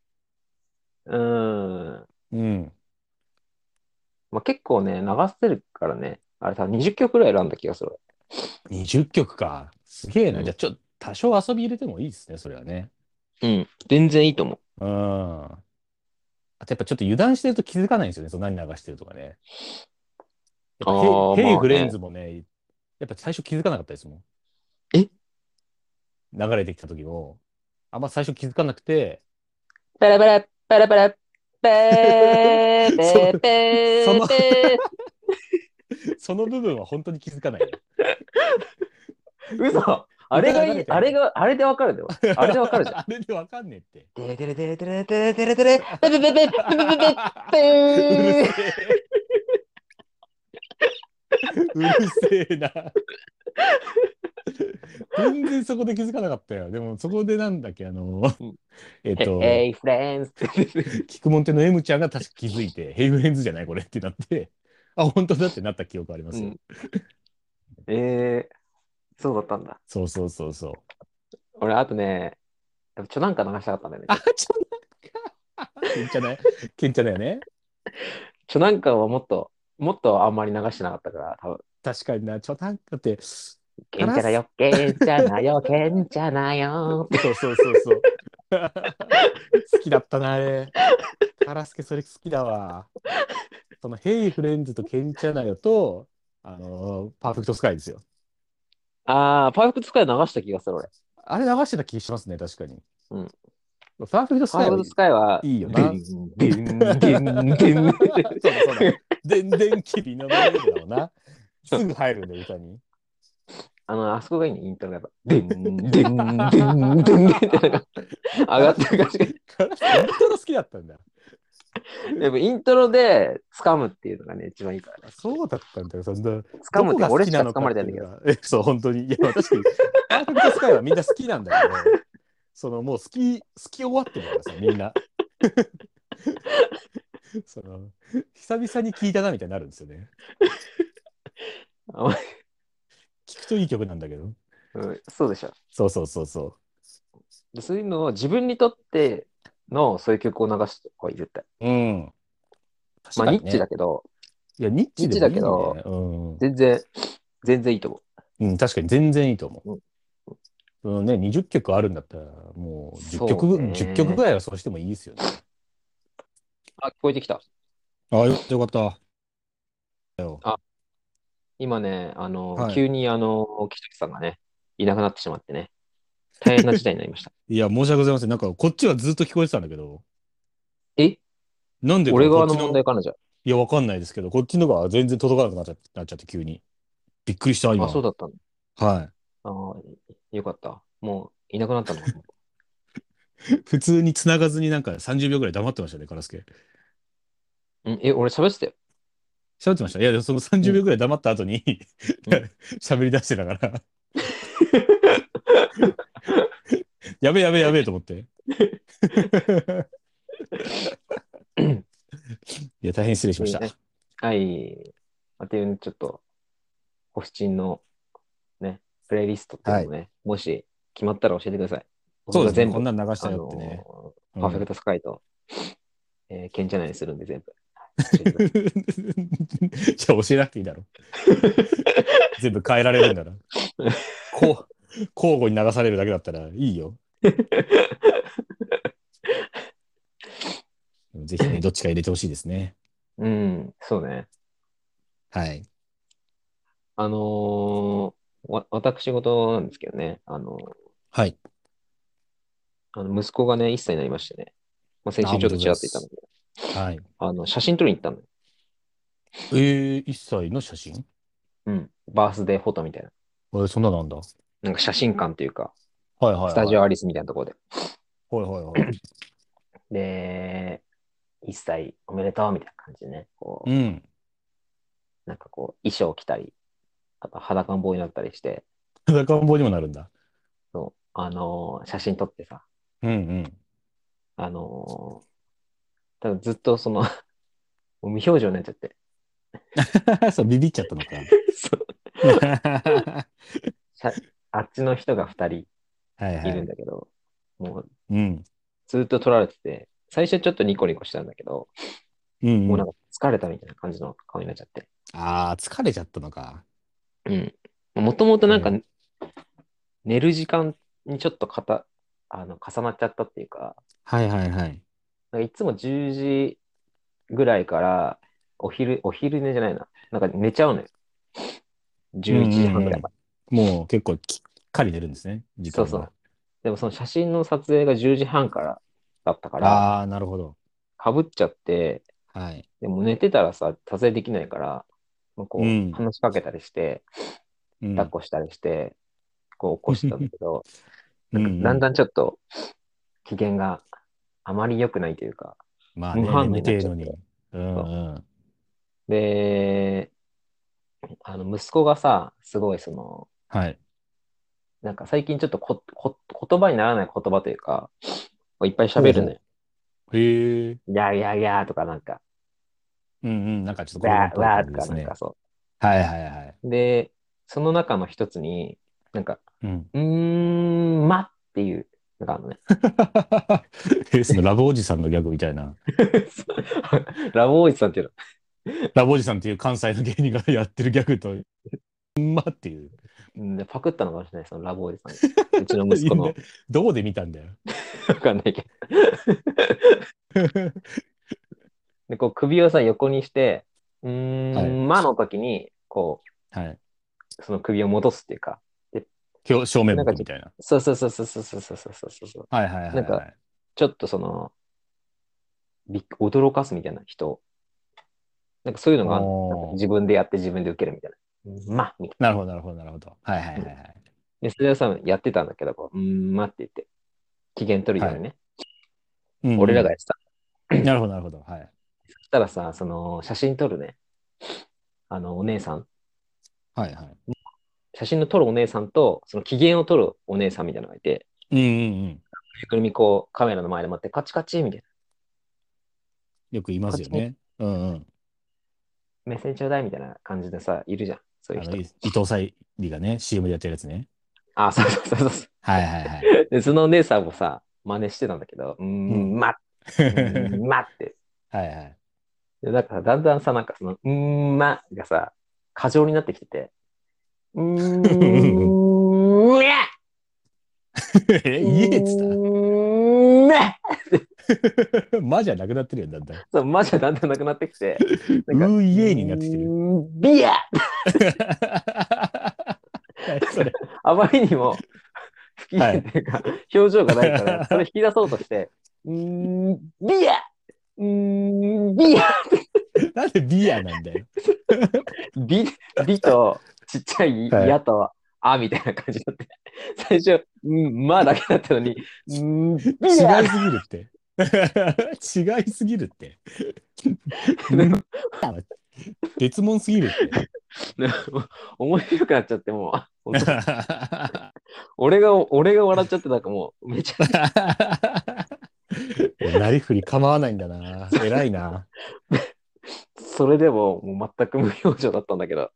[SPEAKER 1] うん。
[SPEAKER 2] うん。
[SPEAKER 1] まあ結構ね、流せるからね。あれ多分20曲くらい選んだ気がする。
[SPEAKER 2] 20曲か。すげえな。
[SPEAKER 1] うん
[SPEAKER 2] じゃあ、ちょ、多少遊び入れてもいいですね、それはね。
[SPEAKER 1] うん。全然いいと思う。
[SPEAKER 2] うん。あとやっぱちょっと油断してると気づかないんですよね、その何流してるとかね。やっぱ
[SPEAKER 1] あー
[SPEAKER 2] ヘイ、ヘ
[SPEAKER 1] まあ
[SPEAKER 2] イ
[SPEAKER 1] ね
[SPEAKER 2] フレンズもね、やっぱ最初気づかなかったですもん。
[SPEAKER 1] え
[SPEAKER 2] 流れてきた時も、あんま最初気づかなく
[SPEAKER 1] <laughs>
[SPEAKER 2] て、
[SPEAKER 1] パラパラ、パラパラ、ペー、ペ
[SPEAKER 2] そ
[SPEAKER 1] ー、ペ
[SPEAKER 2] そ
[SPEAKER 1] ー、
[SPEAKER 2] の
[SPEAKER 1] ペ
[SPEAKER 2] その部分は本当に気づかない。
[SPEAKER 1] ー。嘘あれが
[SPEAKER 2] 疑われ
[SPEAKER 1] いい、
[SPEAKER 2] てる
[SPEAKER 1] あれが、あれでわかるでも。あれでわかる
[SPEAKER 2] <laughs>
[SPEAKER 1] じゃん。
[SPEAKER 2] あれでわかんねえって。
[SPEAKER 1] テレテレテレテレテレテレテレ、ペペペペペペペペ
[SPEAKER 2] う
[SPEAKER 1] ペ
[SPEAKER 2] るせえ。うるせえな。 <laughs> 全然そこで気づかなかったよ。でもそこでなんだっけ、あの
[SPEAKER 1] うん、
[SPEAKER 2] えっ
[SPEAKER 1] ー。
[SPEAKER 2] と、
[SPEAKER 1] ヘイ、フレンズ。
[SPEAKER 2] キクモンテの M ちゃんが確か気づいて、ヘイフレンズじゃないこれってなって、あ、本当だってなった記憶ありますよ。
[SPEAKER 1] うんえー、そうだったんだ。
[SPEAKER 2] そうそうそうそう。
[SPEAKER 1] 俺、あとね、やっぱちょなんか流したかったんだよね。
[SPEAKER 2] あ、ちょなんか。けんちゃだよ。けんちゃだよね。
[SPEAKER 1] ちょなんかはもっと、もっとあんまり流してなかったから、多分。
[SPEAKER 2] 確かにな、ちょなんかって、
[SPEAKER 1] けんちゃなよ、けんちゃなよ、けんちゃなよ。
[SPEAKER 2] <laughs> そうそうそうそう。好きだったな、あれ。カラスケ、それ好きだわ。その、ヘイフレンズとケンチャナヨと、あのーパーフェクトスカイですよ。
[SPEAKER 1] あー、パーフェクトスカイ流した気がする、俺。
[SPEAKER 2] あれ流してた気しますね、確かに。
[SPEAKER 1] うん
[SPEAKER 2] パーフェクトス
[SPEAKER 1] パー
[SPEAKER 2] カイ
[SPEAKER 1] フェ
[SPEAKER 2] は
[SPEAKER 1] クトスカイはい
[SPEAKER 2] いよな
[SPEAKER 1] でんでんでんでん
[SPEAKER 2] そうだそうだ。でんでんきびのメロディーだもん
[SPEAKER 1] <laughs>
[SPEAKER 2] な。すぐ入るんで、歌に。
[SPEAKER 1] あの、あそこがいいね、イントロがやっぱ。でんでんでんでんでんってなんか上がってる感じが。
[SPEAKER 2] カラスケ、イントロ好きだったんだ。
[SPEAKER 1] やっぱイントロで掴むっていうのがね、一番いいからね。
[SPEAKER 2] そうだったんだよ、そんな。
[SPEAKER 1] 掴むって
[SPEAKER 2] どこが
[SPEAKER 1] 俺し
[SPEAKER 2] 好き
[SPEAKER 1] か
[SPEAKER 2] なの
[SPEAKER 1] 掴
[SPEAKER 2] か
[SPEAKER 1] ま
[SPEAKER 2] っ
[SPEAKER 1] れ
[SPEAKER 2] て
[SPEAKER 1] て
[SPEAKER 2] い
[SPEAKER 1] ないんだ
[SPEAKER 2] う
[SPEAKER 1] けど。
[SPEAKER 2] のがえそう、本当に。いや、確かに、パーフェクトスカイはみんな好きなんだけど、そのもう好き、好き終わってるからさ、みんな。 <laughs> その、久々に聞いたなみたいになるんですよね。
[SPEAKER 1] あおい
[SPEAKER 2] 聞くといい曲なんだけど。
[SPEAKER 1] うん、そうでしょ。
[SPEAKER 2] そうそうそうそ
[SPEAKER 1] でそういうのを自分にとってのそういう曲を流した方がいい、絶対。
[SPEAKER 2] う。うん。確
[SPEAKER 1] まあ、
[SPEAKER 2] かに
[SPEAKER 1] ニ
[SPEAKER 2] ね
[SPEAKER 1] ッチだけど、
[SPEAKER 2] いや、ニッチでもいい、ね、
[SPEAKER 1] ニッチだけど
[SPEAKER 2] うん
[SPEAKER 1] 全然、全然いいと思う。
[SPEAKER 2] うん、確かに全然いいと思う。そのね、20曲あるんだったら、もう10曲、
[SPEAKER 1] そうね
[SPEAKER 2] 10曲ぐらいはそうしてもいいですよね。
[SPEAKER 1] あ、聞こえてきた。
[SPEAKER 2] あよかったよかった。
[SPEAKER 1] 今ね、あの、
[SPEAKER 2] はい
[SPEAKER 1] 急にあの、木崎さんがね、いなくなってしまってね、大変な事態になりました。 <laughs>
[SPEAKER 2] いや、申し訳ございません。なんか、こっちはずっと聞こえてたんだけど。
[SPEAKER 1] え
[SPEAKER 2] なんでか
[SPEAKER 1] 俺側
[SPEAKER 2] こ
[SPEAKER 1] の
[SPEAKER 2] っち
[SPEAKER 1] 問題かな、じゃ
[SPEAKER 2] いや、わかんないですけど、こっちのが全然届かなくなっちゃなっちゃって、急に。びっくりした、
[SPEAKER 1] あ。
[SPEAKER 2] 今。
[SPEAKER 1] あ、そうだったの。
[SPEAKER 2] は
[SPEAKER 1] ああ、よかった。もう、いなくなった
[SPEAKER 2] <laughs>
[SPEAKER 1] のかと思った。
[SPEAKER 2] い。普通に繋がずになんか30秒ぐらい黙ってましたね、カラスケ。
[SPEAKER 1] うん、え、俺喋ってたよ。
[SPEAKER 2] 喋ってました。いや、でもその30秒ぐらい黙った後に
[SPEAKER 1] うん
[SPEAKER 2] <laughs> 喋り出してたから。やべえやべえやべえと
[SPEAKER 1] <laughs>
[SPEAKER 2] 思って。いや、大変失礼しました
[SPEAKER 1] いい。ねはい。あていう、ちょっと、オフチンの、ね、プレイリストっていうのもね、もし決まったら教えてください。
[SPEAKER 2] そうですね。
[SPEAKER 1] 僕
[SPEAKER 2] こん
[SPEAKER 1] が全部、
[SPEAKER 2] なん流した
[SPEAKER 1] あ
[SPEAKER 2] よってね。
[SPEAKER 1] の
[SPEAKER 2] う
[SPEAKER 1] ー
[SPEAKER 2] ん
[SPEAKER 1] パーフェクトスカイと、えー、ケンチャナにするんで全部。教えてくだ
[SPEAKER 2] <laughs>
[SPEAKER 1] さい
[SPEAKER 2] じゃあ教えなくてい
[SPEAKER 1] <laughs>
[SPEAKER 2] いだろ。全部変えられるんだな。こう交互に流されるだけだったらいいよ。ぜ
[SPEAKER 1] <laughs>
[SPEAKER 2] ひね、どっちか入れてほしいですね。
[SPEAKER 1] うん、そうね。
[SPEAKER 2] はい。
[SPEAKER 1] あのーわ、私事なんですけどね、あのー
[SPEAKER 2] はい。
[SPEAKER 1] あの息子がね、1歳になりましてね、まあ、先週ちょっとちらっと言ったんだけど、
[SPEAKER 2] はい。
[SPEAKER 1] あの、写真撮りに行ったのよ。
[SPEAKER 2] えー、1歳の写真
[SPEAKER 1] うん、バースデーフォトみたいな。
[SPEAKER 2] えーそんななんだ。はい
[SPEAKER 1] なんか写真館というか、
[SPEAKER 2] はい、はい。
[SPEAKER 1] スタジオアリスみたいなところで。
[SPEAKER 2] はいはいはい。
[SPEAKER 1] で、1歳おめでとうみたいな感じでね、こう
[SPEAKER 2] う、ん。 <laughs>
[SPEAKER 1] なんかこう、衣装着たり、あと裸ん坊になったりして、
[SPEAKER 2] 裸ん坊にもなるんだ。
[SPEAKER 1] そうあのー写真撮ってさ、
[SPEAKER 2] うんうん。
[SPEAKER 1] あのーただずっとその <laughs> 、もう無表情になっちゃって、
[SPEAKER 2] <laughs> そう、ビビっちゃったの
[SPEAKER 1] そう
[SPEAKER 2] か。 <laughs>
[SPEAKER 1] あっちの人が2人
[SPEAKER 2] はいはい
[SPEAKER 1] るん
[SPEAKER 2] い。
[SPEAKER 1] だけど、もう
[SPEAKER 2] うん。
[SPEAKER 1] ずっと撮られてて、最初ちょっとニコニコしたんだけど、
[SPEAKER 2] う
[SPEAKER 1] も
[SPEAKER 2] ん、う
[SPEAKER 1] うんなん。か疲れたみたいな感じの顔になっちゃって。
[SPEAKER 2] ああ、疲れちゃったのか。
[SPEAKER 1] うん。もともとなんか
[SPEAKER 2] う、
[SPEAKER 1] 寝る時間にちょっとかたあの重なっちゃったっていうか、
[SPEAKER 2] はいはいはい。
[SPEAKER 1] なんかいつも10時ぐらいから、お昼、お昼寝じゃないな。なんか寝ちゃうのよ。11時半ぐらいまで。
[SPEAKER 2] もう結構きっかり出るんですね、時間が。
[SPEAKER 1] そうそうでもその写真の撮影が10時半からだったから、
[SPEAKER 2] ああ、なるほど。
[SPEAKER 1] かぶっちゃって、
[SPEAKER 2] はい。
[SPEAKER 1] でも寝てたらさ、撮影できないから、もうこう、
[SPEAKER 2] うん
[SPEAKER 1] 話しかけたりして、
[SPEAKER 2] うん
[SPEAKER 1] 抱っこしたりして、こう起こしてたんだけど、
[SPEAKER 2] <laughs> うんう
[SPEAKER 1] だんだんちょっと機嫌があまり良くないというか、
[SPEAKER 2] まあね、
[SPEAKER 1] 無反応
[SPEAKER 2] 眠
[SPEAKER 1] にな
[SPEAKER 2] て
[SPEAKER 1] っ
[SPEAKER 2] え
[SPEAKER 1] ちゃ
[SPEAKER 2] の
[SPEAKER 1] って
[SPEAKER 2] に。うんうん。
[SPEAKER 1] で、あの息子がさ、すごいその、
[SPEAKER 2] はい。
[SPEAKER 1] なんか最近ちょっとここ言葉にならない言葉というか、こういっぱい喋るのよ。
[SPEAKER 2] へえ。
[SPEAKER 1] いやいやいやとかなんか、
[SPEAKER 2] うんうん。なんかちょっと
[SPEAKER 1] わーわーと
[SPEAKER 2] で
[SPEAKER 1] か
[SPEAKER 2] す
[SPEAKER 1] なん
[SPEAKER 2] ね。
[SPEAKER 1] かそ
[SPEAKER 2] はいはいはい。
[SPEAKER 1] う。で、その中の一つに、なんか、
[SPEAKER 2] うん。 <laughs>
[SPEAKER 1] うーん、まっていうのがあるのね。
[SPEAKER 2] え、そのラブおじさんのギャグみたいな。
[SPEAKER 1] ラボおじさんっていうの。
[SPEAKER 2] ラブおじさんっていう関西の芸人がやってるギャグと、 <laughs> うんまっていう。
[SPEAKER 1] うんでパクったのかもしれない、そのラボおじさん。うちの息子の
[SPEAKER 2] <laughs> いや。どこで見たんだよ。
[SPEAKER 1] わかんないけど。で、こう首をさ、横にして、うーん、
[SPEAKER 2] はい
[SPEAKER 1] まの時に、こ
[SPEAKER 2] はい。
[SPEAKER 1] う、その首を戻すっていうか、
[SPEAKER 2] 表正面向くみたいな。
[SPEAKER 1] そうそうそうそうそうそうそうそうそうそう、
[SPEAKER 2] はいはいはい
[SPEAKER 1] な
[SPEAKER 2] は
[SPEAKER 1] ん
[SPEAKER 2] い。
[SPEAKER 1] かちょっとその、びっ驚かすみたいな人を。なんかそういうのがあるの
[SPEAKER 2] おー
[SPEAKER 1] なんか自分でやって自分で受けるみたいな。まみたい
[SPEAKER 2] なるほどなるほどなるほど。はいはいはいはい。
[SPEAKER 1] な。で、それをさ、やってたんだけど、こう、うーん、まって言って、機嫌取るようにね、
[SPEAKER 2] うんうん
[SPEAKER 1] 俺らがやってた。
[SPEAKER 2] なるほど、なるほど。はい。
[SPEAKER 1] そしたらさ、その、写真撮るね、あの、お姉さん、
[SPEAKER 2] はいはい。
[SPEAKER 1] 写真の撮るお姉さんと、その機嫌を撮るお姉さんみたいなのがいて、
[SPEAKER 2] うんうんうん。
[SPEAKER 1] ゆくるみこうカメラの前で待ってカチカチみたい
[SPEAKER 2] よく言いますよね。うんうん。
[SPEAKER 1] な、メッセンちょうだいみたいな感じでさ、いるじゃん、そういう
[SPEAKER 2] あの
[SPEAKER 1] 人
[SPEAKER 2] い。伊藤沙莉がね、CM でやってるやつね。
[SPEAKER 1] あそうそうそうそうそ
[SPEAKER 2] はいはいは
[SPEAKER 1] う。で、そのお姉さんもさ、真似してたんだけど、うーん、ま、う <laughs> ー
[SPEAKER 2] い。
[SPEAKER 1] んまって。
[SPEAKER 2] はいはい。 <laughs>
[SPEAKER 1] で、だからだんだんさ、なんかその、うーん、まがさ、過剰になってきてて、うーん、うや
[SPEAKER 2] <laughs> え、家っつっ
[SPEAKER 1] うーん、ま
[SPEAKER 2] まじゃなくなってるよ、だんだん。
[SPEAKER 1] そう、マジでだんだんなくなってきて。
[SPEAKER 2] う
[SPEAKER 1] なんか
[SPEAKER 2] ーいえーになってきてる。
[SPEAKER 1] うーんビア
[SPEAKER 2] <laughs> 何それ
[SPEAKER 1] あまりにも不機嫌というか、表情がないから、それ引き出そうとして、うーんビアうーんビア
[SPEAKER 2] なんでビアなんだよ。
[SPEAKER 1] ビ、ビとちっちゃ <laughs> い
[SPEAKER 2] はい
[SPEAKER 1] やと、あみたいな感じになって、最初、うん、まあだけだったの <laughs> に、うーん
[SPEAKER 2] 違い
[SPEAKER 1] ビア
[SPEAKER 2] すぎるって。 <laughs> 違いすぎるって。 <laughs> 別物すぎるって。
[SPEAKER 1] 面白くなっちゃって、もう、本当俺が、俺が笑っちゃって、なんかもう、めちゃ、
[SPEAKER 2] なりふり構わないんだな。偉いな。
[SPEAKER 1] それでも、もう全く無表情だったんだけど、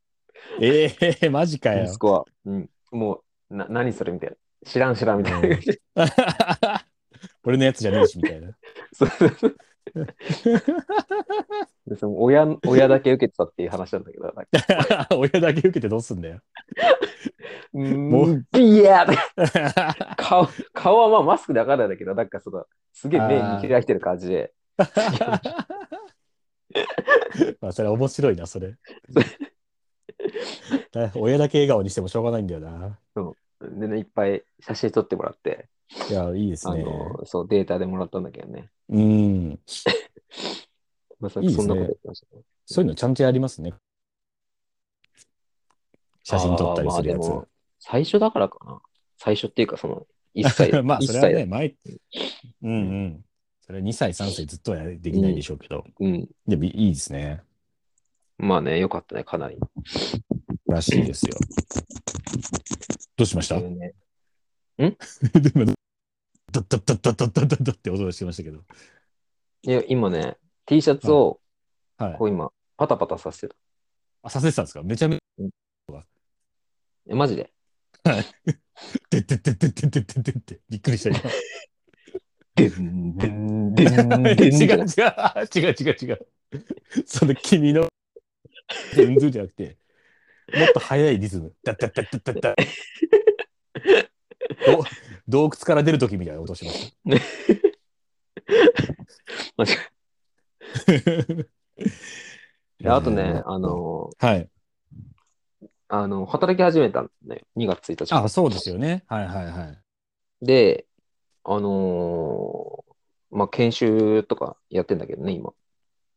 [SPEAKER 2] ええマジかよ
[SPEAKER 1] 息。子は、うん、もう、な、何それみたいな。知らん知らんみたいな感じで。
[SPEAKER 2] 俺のやつじゃねえし、みたいな。 <laughs>
[SPEAKER 1] そうそうそうでその親、親だけ受けてたっていう話なんだけど、なんか
[SPEAKER 2] 親だけ受けてどうすんだよ。
[SPEAKER 1] <laughs>
[SPEAKER 2] <laughs>
[SPEAKER 1] もう、ビヤー顔、顔はまあマスクでわかんないんだけど、なんかその、すげえ目見開いてる感じで、
[SPEAKER 2] まあ、それ面白いな、そ
[SPEAKER 1] <laughs>
[SPEAKER 2] れ。だ親だけ笑顔にしてもしょうがないんだよな。
[SPEAKER 1] でね、いっぱい写真撮ってもらって、
[SPEAKER 2] いや、いいです
[SPEAKER 1] あ
[SPEAKER 2] ね。
[SPEAKER 1] の、そう、データでもらったんだけどね。
[SPEAKER 2] うん。
[SPEAKER 1] まさ
[SPEAKER 2] い
[SPEAKER 1] か
[SPEAKER 2] いです
[SPEAKER 1] そんなこと
[SPEAKER 2] ね
[SPEAKER 1] やってましたね。
[SPEAKER 2] そういうのちゃんとやりますね。写真撮ったりするや
[SPEAKER 1] あーまあでも
[SPEAKER 2] つ。。
[SPEAKER 1] 最初だからかな。最初っていうか、その、一歳
[SPEAKER 2] まあ、
[SPEAKER 1] 一
[SPEAKER 2] それは
[SPEAKER 1] 歳だ
[SPEAKER 2] ね、前、うんうん。それは2歳、3歳ずっとはできないでしょうけど、
[SPEAKER 1] うん。
[SPEAKER 2] でもいいですね。
[SPEAKER 1] まあね、よかったね、かなり。
[SPEAKER 2] らしいですよ。どうしました
[SPEAKER 1] っていうね
[SPEAKER 2] でも、ダッダッダッダッダッダッダッダッって音がしてましたけど。
[SPEAKER 1] いや、今ね、T シャツを、
[SPEAKER 2] はい
[SPEAKER 1] こ。う今、パタパタさせてた。
[SPEAKER 2] あ、させてたんですかめちゃめち
[SPEAKER 1] え、マジで。
[SPEAKER 2] ゃ、てってってってってってってってって、びっくりした今。
[SPEAKER 1] でん、でん、でん、
[SPEAKER 2] <laughs> 違う
[SPEAKER 1] でん。
[SPEAKER 2] 違う違う違う違う。その君の、全然じゃなくて、もっと速いリズム。ダッダッダッダッダッダッ。お洞窟から出るときみたいな音しま <laughs> し
[SPEAKER 1] 間違えで
[SPEAKER 2] た。
[SPEAKER 1] あとね、あ、の、
[SPEAKER 2] はい。
[SPEAKER 1] あの、働き始めたんだよ。2月1日から
[SPEAKER 2] あ、そうですよね。はいはいはい。
[SPEAKER 1] で、あのーまあ、研修とかやってんだけどね、今。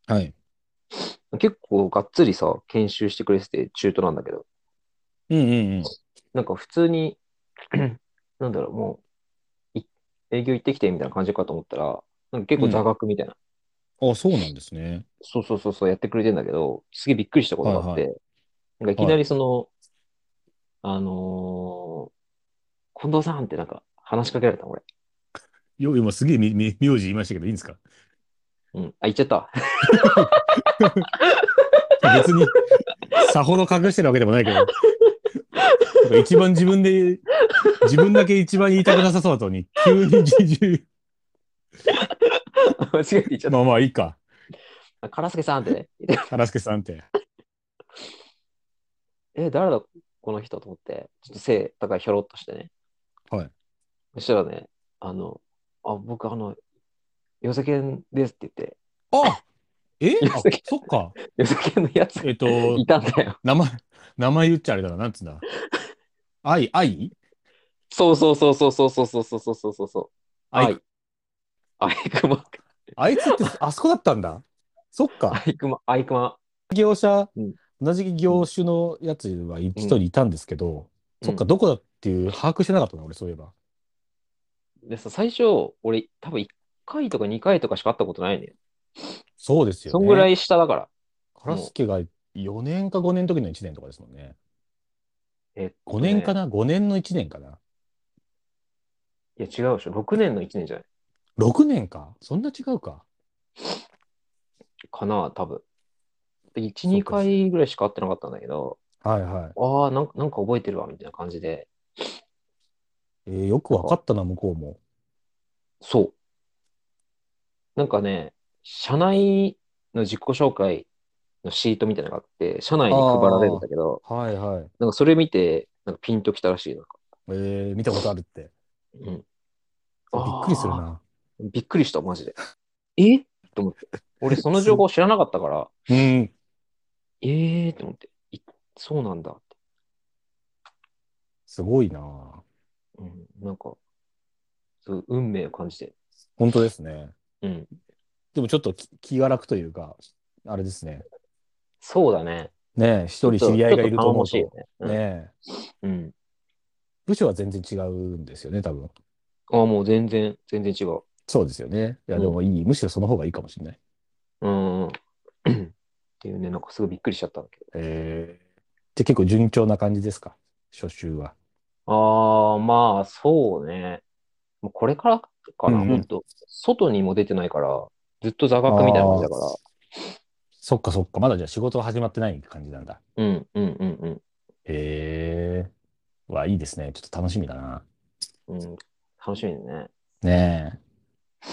[SPEAKER 2] はい。
[SPEAKER 1] 結構がっつりさ、研修してくれてて、中途なんだけど、
[SPEAKER 2] うんうん
[SPEAKER 1] なんか普通に、 <clears throat> なんだろう、もう、い営業行ってきてみたいな感じかと思ったら、なんか結構座学みたいな、
[SPEAKER 2] うん。あ、そうなんですね。
[SPEAKER 1] そうそうそうそうやってくれてんだけど、すげえびっくりしたことがあって、
[SPEAKER 2] はい
[SPEAKER 1] なんかいきなりその、あのー近藤さんってなんか話しかけられた、俺。
[SPEAKER 2] よ、今すげえみ、み、名字言いましたけど、いいんですか
[SPEAKER 1] うん。あ、言っちゃった。
[SPEAKER 2] 別に、さほど隠してるわけでもないけど。なんか一番自分で、自分だけ一番言いたくなさそうだったのに、急に自重。
[SPEAKER 1] 間違えて言っちゃっ
[SPEAKER 2] まあまあいいか。
[SPEAKER 1] た。カラスケさんってね。言って
[SPEAKER 2] 原助さんって。
[SPEAKER 1] え、誰だ、この人と思って、ちょっと背高いひょろっとしてね。
[SPEAKER 2] はい。
[SPEAKER 1] そしたらね、あの、あ、僕、あの、よさけんですって言って、
[SPEAKER 2] あえあそっか。
[SPEAKER 1] よさけんのやつ
[SPEAKER 2] えっと
[SPEAKER 1] い、たんだよ。
[SPEAKER 2] 名前、名前言っちゃあれだな。なんつうんだ。愛、愛
[SPEAKER 1] そうそうそうそうそうそうそうそうそうそうそうそう。
[SPEAKER 2] 愛、
[SPEAKER 1] 愛アイクマ、
[SPEAKER 2] あいつってあそこだったんだ。そっ
[SPEAKER 1] ア
[SPEAKER 2] か。
[SPEAKER 1] イクマ、アイクマ。
[SPEAKER 2] 業者
[SPEAKER 1] うん、
[SPEAKER 2] 同じ業種のやつは一人いたんですけど、
[SPEAKER 1] うん
[SPEAKER 2] そっか、どこだっていう把握してなかったな、俺、そういえば。
[SPEAKER 1] でさ、最初、俺、多分1回とか2回とかしか会ったことないね。
[SPEAKER 2] そうですよね。
[SPEAKER 1] そんぐらい下だから。
[SPEAKER 2] カラスケが4年か5年の時の1年とかですもんね。
[SPEAKER 1] えっと
[SPEAKER 2] 5
[SPEAKER 1] ね
[SPEAKER 2] 年かな ?5 年の1年かない
[SPEAKER 1] や、違うでしょ。6年の1年じゃない
[SPEAKER 2] ?6 年かそんな違うか
[SPEAKER 1] かな、多分。で1、
[SPEAKER 2] うか
[SPEAKER 1] 2回ぐらいしか会ってなかったんだけど、
[SPEAKER 2] はいはい。
[SPEAKER 1] ああ、なんかなんか覚えてるわ、みたいな感じで。
[SPEAKER 2] えーよくわかったな、向こうも。
[SPEAKER 1] そう。なんかね、社内の自己紹介のシートみたいなのがあって、社内に配られるんだけど、
[SPEAKER 2] はいはい。
[SPEAKER 1] なんかそれ見て、なんかピンときたらしい。なんか
[SPEAKER 2] えー見たことあるって。
[SPEAKER 1] うん、
[SPEAKER 2] びっくりする
[SPEAKER 1] あー。
[SPEAKER 2] な。
[SPEAKER 1] びっくりした、マジで。えと思って。俺、その情報知らなかった
[SPEAKER 2] <laughs>
[SPEAKER 1] から、
[SPEAKER 2] うん。
[SPEAKER 1] ええと思って。いそうなんだって。
[SPEAKER 2] すごいなぁ
[SPEAKER 1] うん、なんか、そう運命を感じて。
[SPEAKER 2] 本当ですね。
[SPEAKER 1] うん。
[SPEAKER 2] でもちょっと気気が楽というか、あれですね。
[SPEAKER 1] そうだね。
[SPEAKER 2] ねえ、一人知り合いがいると思うと。
[SPEAKER 1] ちょっ
[SPEAKER 2] ね
[SPEAKER 1] と頼もしいよね。
[SPEAKER 2] え、
[SPEAKER 1] うん。うん
[SPEAKER 2] 部署は全然違うんですよね、多分。
[SPEAKER 1] ああ、もう全然、全然違う。
[SPEAKER 2] そうですよね。いや、でもいい。むしろその方がいいかもしれない。
[SPEAKER 1] うんうん。っていうね、なんかすごいびっくりしちゃったんだけど。
[SPEAKER 2] ええ。じゃあ結構順調な感じですか、初週は。
[SPEAKER 1] ああ、まあ、そうね。もうこれからかな、
[SPEAKER 2] うんうん
[SPEAKER 1] ほんと。外にも出てないから、ずっと座学みたいな感じだから。
[SPEAKER 2] そっかそっか、まだじゃあ仕事は始まってない感じなんだ。
[SPEAKER 1] うん、うん、うん、
[SPEAKER 2] へえ。わ、いいですね。ちょっと楽しみだな。
[SPEAKER 1] うん。うん、楽しみだね。っ
[SPEAKER 2] ねえ。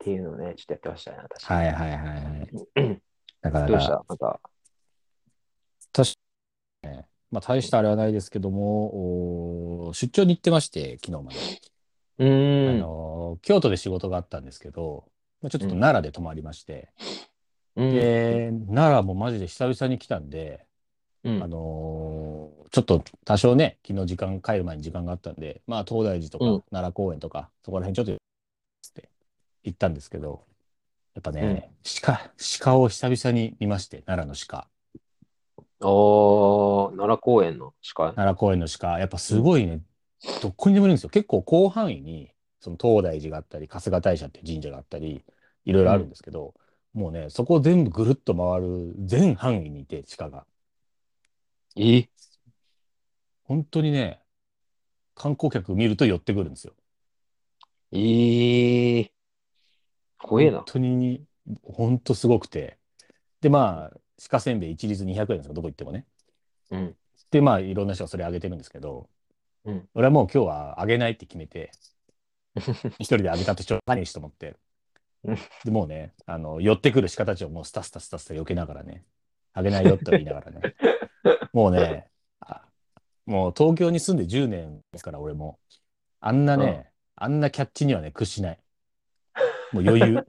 [SPEAKER 1] ていうのをね、ちょっとやってましたね、私。
[SPEAKER 2] はいはいはいはい。なかな
[SPEAKER 1] どうし
[SPEAKER 2] か、
[SPEAKER 1] たまた。
[SPEAKER 2] まあ大したあれはないですけども、お出張に行ってまして、昨日まで。
[SPEAKER 1] うー
[SPEAKER 2] あ
[SPEAKER 1] ん。
[SPEAKER 2] のー京都で仕事があったんですけど、まあ、ちょっと
[SPEAKER 1] うん
[SPEAKER 2] 奈良で泊まりまして、
[SPEAKER 1] うん
[SPEAKER 2] で、奈良もマジで久々に来たんで、
[SPEAKER 1] うん
[SPEAKER 2] あのーちょっと多少ね、昨日時間、帰る前に時間があったんで、まあ、東大寺とか
[SPEAKER 1] うん
[SPEAKER 2] 奈良公園とか、そこら辺ちょっと、つって行ったんですけど、やっぱね、鹿、鹿を久々に見まして、奈良の鹿。
[SPEAKER 1] あー、奈良公園の鹿。
[SPEAKER 2] 奈良公園の鹿、やっぱすごいね、どこにでもいるんですよ。結構広範囲に、その東大寺があったり、春日大社っていう神社があったり、いろいろあるんですけど、もうね、そこを全部ぐるっと回る全範囲にいて、鹿が。
[SPEAKER 1] え
[SPEAKER 2] 本当にね、観光客見ると寄ってくるんですよ。
[SPEAKER 1] えー。怖えな
[SPEAKER 2] 本。当に、本当すごくて。で、まあ、鹿せんべい一律200円ですか、どこ行ってもね。
[SPEAKER 1] うん。
[SPEAKER 2] で、まあ、いろんな人がそれあげてるんですけど、
[SPEAKER 1] うん
[SPEAKER 2] 俺はもう今日はあげないって決
[SPEAKER 1] <laughs>
[SPEAKER 2] めて、一人であげたとしょうがねえしと思って
[SPEAKER 1] うん。
[SPEAKER 2] でもうね、あの、寄ってくる鹿たちをもうスタスタスタスタ避けながらね、あげないよって言いながら
[SPEAKER 1] <laughs>
[SPEAKER 2] ね。もうね、あもう東京に住んで10年ですから、俺も。あんなね、あんなキャッチにはね、屈しない。もう余
[SPEAKER 1] <laughs>
[SPEAKER 2] 裕。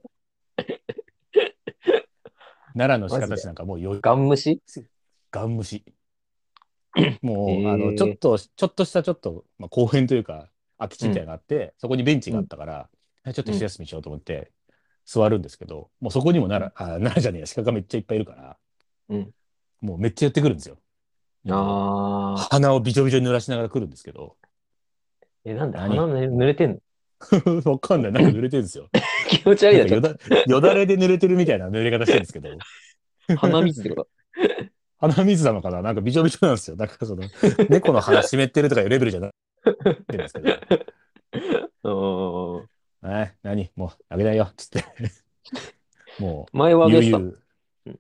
[SPEAKER 2] 奈良の鹿たちなんかもう余裕。
[SPEAKER 1] ガン虫
[SPEAKER 2] ガン
[SPEAKER 1] <coughs>
[SPEAKER 2] 虫。もう、あ
[SPEAKER 1] へ
[SPEAKER 2] の、
[SPEAKER 1] ー
[SPEAKER 2] ちょっと、ちょっとしたちょっと、まあ、公園というか、空き地みたいなのがあって、そこにベンチがあったから、はいちょっと一休みしようと思って、座るんですけど、もうそこにもなら、あ、奈良じゃねえや、鹿がめっちゃいっぱいいるから、
[SPEAKER 1] うん
[SPEAKER 2] もうめっちゃ寄ってくるんですよ。
[SPEAKER 1] あ
[SPEAKER 2] 鼻をびちょびちょに濡らしながら来るんですけど、 <laughs>
[SPEAKER 1] ー。え、なんだ
[SPEAKER 2] 何
[SPEAKER 1] 鼻ね濡れてんの <laughs>
[SPEAKER 2] わかんない、なんか濡れてるんですよ。
[SPEAKER 1] 気持ち <laughs> 悪い
[SPEAKER 2] な
[SPEAKER 1] なんち
[SPEAKER 2] か
[SPEAKER 1] ょっ
[SPEAKER 2] よだよだれで濡れてるみたいな濡れ方してるんですけど、
[SPEAKER 1] と。鼻水ってこと。
[SPEAKER 2] 鼻水なのかななんかびちょびちょなんですよ。なんかその、猫の鼻湿ってるとかいうレベルじゃなくてるんですけど。
[SPEAKER 1] うんうんうん
[SPEAKER 2] え、何もう、あげないよ、つって。 <laughs> も
[SPEAKER 1] 前
[SPEAKER 2] う、
[SPEAKER 1] はあげて
[SPEAKER 2] ゆ
[SPEAKER 1] た。
[SPEAKER 2] 々
[SPEAKER 1] うん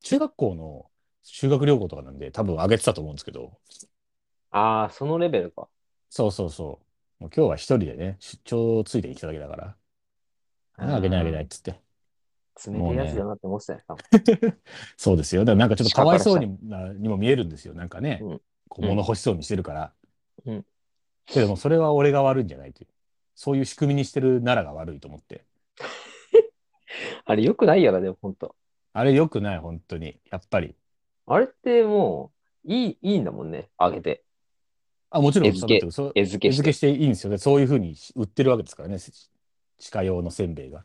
[SPEAKER 2] 中学校の修学旅行とかなんで、多分あげてたと思うんですけど、
[SPEAKER 1] ああ、そのレベルか。
[SPEAKER 2] そうそうそう。もう今日は一人でね、出張ついてきただけだから、ああげないあげないっ。つって。
[SPEAKER 1] 冷てえやつだなって思ってたよ、多分
[SPEAKER 2] そうですよ。だからなんかちょっとかわいそうになにも見えるんですよ。なんかね、
[SPEAKER 1] うん
[SPEAKER 2] こう物欲しそうにしてるから。
[SPEAKER 1] うん
[SPEAKER 2] けども、それは俺が悪いんじゃないという。そういう仕組みにしてるならが悪いと思って。
[SPEAKER 1] あれ、よくないやろ、でも、ほんと。
[SPEAKER 2] あれ良くない、本当に。やっぱり。
[SPEAKER 1] あれってもう、いい、いいんだもんね。あげて。
[SPEAKER 2] あ、もちろん、
[SPEAKER 1] 餌付け
[SPEAKER 2] そのそう
[SPEAKER 1] 餌付
[SPEAKER 2] 餌
[SPEAKER 1] けし
[SPEAKER 2] 付け
[SPEAKER 1] て。
[SPEAKER 2] していいんですよね。そういうふうに売ってるわけですからね。鹿用のせんべ
[SPEAKER 1] <laughs>
[SPEAKER 2] いが。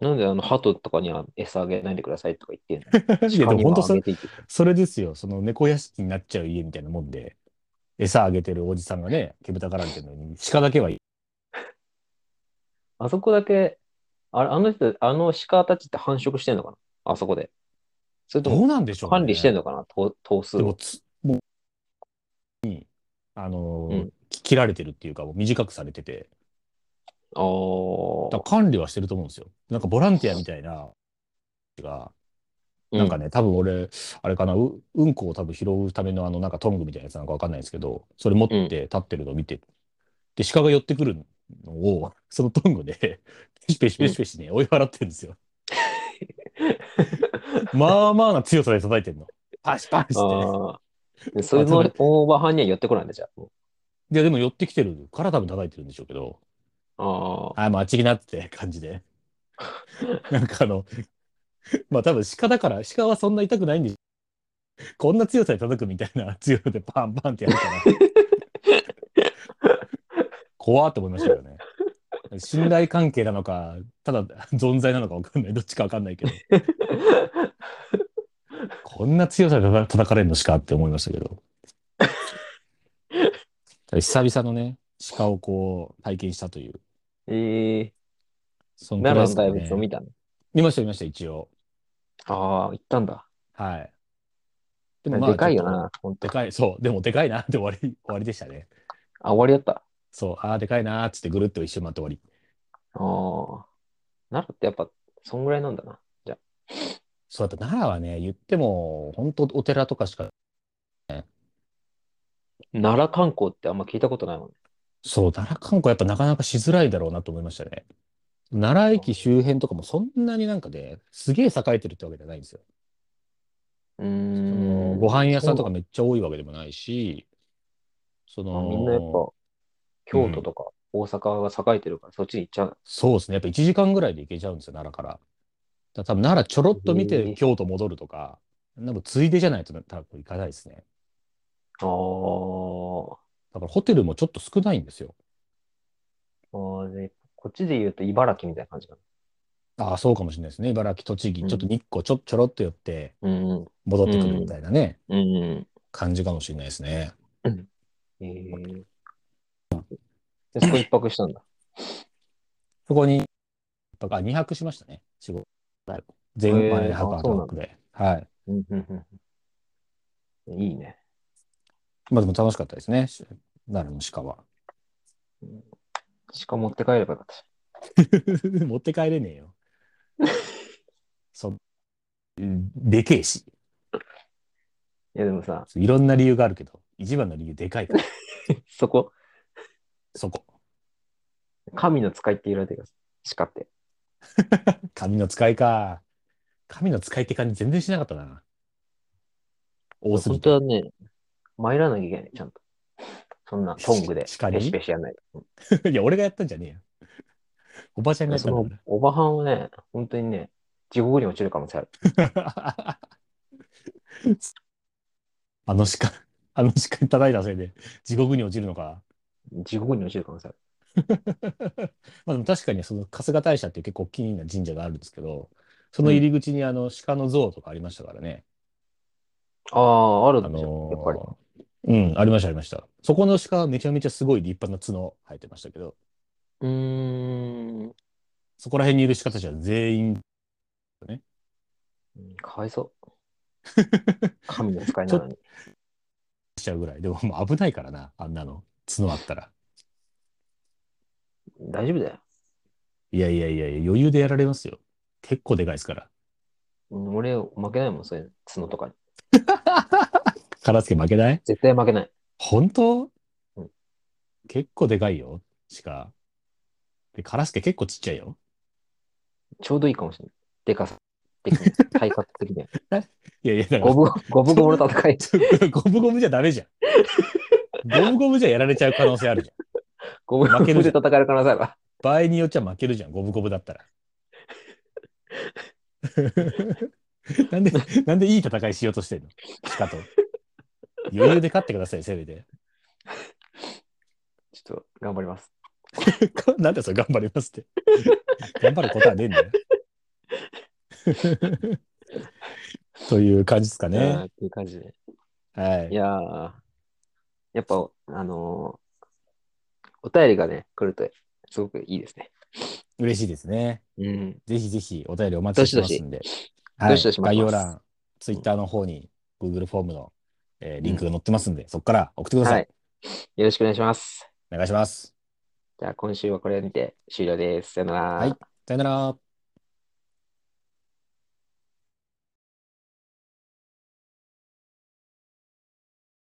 [SPEAKER 1] なんで、あの、鳩とかには餌あげないでくださいとか言ってんの
[SPEAKER 2] いや、
[SPEAKER 1] 鹿
[SPEAKER 2] で
[SPEAKER 1] に
[SPEAKER 2] も
[SPEAKER 1] は
[SPEAKER 2] 本当
[SPEAKER 1] あ
[SPEAKER 2] そ
[SPEAKER 1] げ
[SPEAKER 2] れ、
[SPEAKER 1] ていいって
[SPEAKER 2] それですよ。その猫屋敷になっちゃう家みたいなもんで、餌あげてるおじさんがね、煙たがられてるのに、鹿だけはいい。
[SPEAKER 1] あそこだけ、あれ、あの人、あの鹿たちって繁殖してんのかなあそこで。それと
[SPEAKER 2] どう
[SPEAKER 1] も
[SPEAKER 2] なんでしょうね。
[SPEAKER 1] 管理してんのかな頭頭数
[SPEAKER 2] でも
[SPEAKER 1] を。
[SPEAKER 2] つ、もう、に、あのー
[SPEAKER 1] うん
[SPEAKER 2] 切られてるっていうか、もう短くされてて、
[SPEAKER 1] あ
[SPEAKER 2] だ
[SPEAKER 1] ー
[SPEAKER 2] から管理はしてると思うんですよ。なんかボランティアみたいな、が、なんかね、多分俺、あれかな、う、うんこを多分拾うためのあの、なんかトングみたいなやつなのかわかんないですけど、それ持って立ってるのを見て、で、鹿が寄ってくるのを、 <laughs> そのトングで、ペシペシペシペシね、追い払ってるんですよ。 <laughs> まあまあな強さで叩いてんの。パシパシって。
[SPEAKER 1] あーでそれのオーバーハンには寄ってこないんだ、じゃあ。
[SPEAKER 2] いや、でも寄ってきてるから多分叩いてるんでしょうけど、
[SPEAKER 1] ああ。
[SPEAKER 2] あ、まあ、あっちきなって感じで。なんかあの、まあ多分鹿だから、鹿はそんな痛くないんでしょこんな強さで叩くみたいな強さでパンパンってやるから。怖って思いましたよね。信頼関係なのか、ただ存在なのか分かんない。どっちか分かんないけど。こんな強さで叩叩かれるの鹿って思いましたけど。ただ久々のね、鹿をこう体験したという。
[SPEAKER 1] ええ
[SPEAKER 2] そのくらい
[SPEAKER 1] 奈
[SPEAKER 2] で
[SPEAKER 1] 良の
[SPEAKER 2] す
[SPEAKER 1] 大仏
[SPEAKER 2] かね
[SPEAKER 1] を見たの。
[SPEAKER 2] 見ました、見ました、一応。
[SPEAKER 1] ああ、行ったんだ。
[SPEAKER 2] はい。で
[SPEAKER 1] でかいよ。
[SPEAKER 2] ちょっ
[SPEAKER 1] な、ほん
[SPEAKER 2] と
[SPEAKER 1] と
[SPEAKER 2] で。かい、そう、でもでかいなって終わり、 <laughs> 終わりでしたね。
[SPEAKER 1] あ、終わりだった。
[SPEAKER 2] そう、ああ、でかいなーっつってぐるっと一周回って終わり。
[SPEAKER 1] ああ。奈良ってやっぱ、そんぐらいなんだな。じゃ
[SPEAKER 2] そうだった、奈良はね、言っても、本当お寺とかしか、
[SPEAKER 1] あ奈良観光ってあんま聞いたことないもんね。
[SPEAKER 2] そう、奈良観光やっぱなかなかしづらいだろうなと思いましたね。奈良駅周辺とかもそんなになんかね、すげえ栄えてるってわけじゃないんですよ。
[SPEAKER 1] う
[SPEAKER 2] そ
[SPEAKER 1] ー
[SPEAKER 2] の
[SPEAKER 1] ん。
[SPEAKER 2] ご飯屋さんとか
[SPEAKER 1] そう
[SPEAKER 2] めっちゃ多いわけでもないし、そ
[SPEAKER 1] あみんなやっぱ、
[SPEAKER 2] の、
[SPEAKER 1] 京都とか大阪が栄えてるから、そっちに行っちゃう。
[SPEAKER 2] そうですね、やっぱ1時間ぐらいで行けちゃうんですよ、奈良から。だから多分奈良ちょろっと見
[SPEAKER 1] へ
[SPEAKER 2] て
[SPEAKER 1] え
[SPEAKER 2] 京都戻るとか、多分ついでじゃないと多分行かないですね。
[SPEAKER 1] あ
[SPEAKER 2] だからホテルもちょっと少ないんですよ。
[SPEAKER 1] あ。ああ、で、こっちで言うと茨城みたいな感じか
[SPEAKER 2] ああ、そうかもしれないですね。茨城、栃木、
[SPEAKER 1] うん
[SPEAKER 2] ちょっと日光ちょ、ちょろっと寄って
[SPEAKER 1] な。うんうん。
[SPEAKER 2] 戻ってくるみたいなね、
[SPEAKER 1] うんうん。
[SPEAKER 2] 感じかもしれないですね。
[SPEAKER 1] ええで、そこ一泊したんだ。
[SPEAKER 2] そこに、あ、2泊しましたね、仕事。全
[SPEAKER 1] へえ
[SPEAKER 2] 前泊
[SPEAKER 1] あそうなんだ
[SPEAKER 2] 後泊で。はい。
[SPEAKER 1] うんうんうん。いいね。
[SPEAKER 2] まあでも楽しかったですね、し奈良の鹿は。
[SPEAKER 1] 鹿持って帰ればよかった。
[SPEAKER 2] <laughs> 持って帰れねえよ。そうんでけえし。
[SPEAKER 1] いやでもさ、
[SPEAKER 2] いろんな理由があるけど、一番の理由でかいから、
[SPEAKER 1] そこ、
[SPEAKER 2] そこ。
[SPEAKER 1] 神の使いって言われてるから鹿って。
[SPEAKER 2] 神の使いか。神の使いって感じ全然しなかったな。多すぎ
[SPEAKER 1] 本
[SPEAKER 2] て
[SPEAKER 1] 当。はね、参らなきゃいけない、ちゃんと。そんなトングで
[SPEAKER 2] し鹿に
[SPEAKER 1] ペシペシやんない。
[SPEAKER 2] <laughs> いや、俺がやったんじゃねえよ。おばちゃんがやっ
[SPEAKER 1] そ
[SPEAKER 2] たんだ
[SPEAKER 1] の
[SPEAKER 2] か
[SPEAKER 1] おばはんはね、本当にね、地獄に落ちる可能性ある。
[SPEAKER 2] ら。 <laughs> あの鹿、あの鹿に叩いたせいで地獄に落ちるのか。
[SPEAKER 1] 地獄に落ちる可能性ある。
[SPEAKER 2] <laughs> まあでも確かにその春日大社っていう結構大きな神社があるんですけど、その入り口にあの鹿の像とかありましたからね。
[SPEAKER 1] ああ、ある
[SPEAKER 2] あ
[SPEAKER 1] んでしょ、やっぱり。
[SPEAKER 2] のーうん、ありました、ありました。そこの鹿はめちゃめちゃすごい立派な角生えてましたけど、
[SPEAKER 1] うーん。
[SPEAKER 2] そこら辺にいる鹿たちは全員、
[SPEAKER 1] かわいそう。 <laughs> 神の使いなのに。
[SPEAKER 2] しちゃうぐらい。でももう危ないからな、あんなの。角あったら。
[SPEAKER 1] 大丈夫だよ。
[SPEAKER 2] いやいやいやいや、余裕でやられますよ。結構でかいですから。
[SPEAKER 1] うん俺、負けないもん、そういう角とかに。
[SPEAKER 2] カラスケ負けない
[SPEAKER 1] 絶対負けない。
[SPEAKER 2] 本当
[SPEAKER 1] うん
[SPEAKER 2] 結構でかいよ、鹿。で、カラスケ結構ちっちゃいよ。
[SPEAKER 1] ちょうどいいかもしれない。でかさ的
[SPEAKER 2] <laughs>
[SPEAKER 1] に、体格的に。
[SPEAKER 2] いやいや、だから
[SPEAKER 1] ゴ、ブ、ゴブゴブの
[SPEAKER 2] <laughs>
[SPEAKER 1] 戦い。
[SPEAKER 2] ちょゴブゴブじゃダメじゃん。ゴブゴブじゃやられちゃう可能性あるじゃん。
[SPEAKER 1] ゴブゴ
[SPEAKER 2] 負ける
[SPEAKER 1] ブ
[SPEAKER 2] じ
[SPEAKER 1] で
[SPEAKER 2] ゃん
[SPEAKER 1] 戦える可能性あるわ。
[SPEAKER 2] 場合によっちゃ負けるじゃん、五分五分だったら。 <laughs> なんで、なんでいい戦いしようとしてんの鹿と。余裕で勝ってください、せめて。
[SPEAKER 1] ちょっと、頑張ります。
[SPEAKER 2] <laughs> なんでそれ頑張りますって。頑張ることはねえんだよ。 <laughs> という感じですか
[SPEAKER 1] あー
[SPEAKER 2] ね
[SPEAKER 1] っ。ていう感じで。
[SPEAKER 2] はいい。
[SPEAKER 1] やー、やっぱ、あのーお便りがね、来ると、すごくいいですね。
[SPEAKER 2] 嬉しいですね。
[SPEAKER 1] うん。
[SPEAKER 2] ぜひぜひお便りお待ちしてますんで。はい
[SPEAKER 1] どしどし待
[SPEAKER 2] 概
[SPEAKER 1] ってます
[SPEAKER 2] 要欄、ツイッターの方に Google フォームの、えーリンクが載ってますんで、そこから送ってくださ
[SPEAKER 1] はいい。。よろしくお願いします。
[SPEAKER 2] お願いします。
[SPEAKER 1] じゃあ、今週はこれにて終了です。さよなら。
[SPEAKER 2] はいさよなら。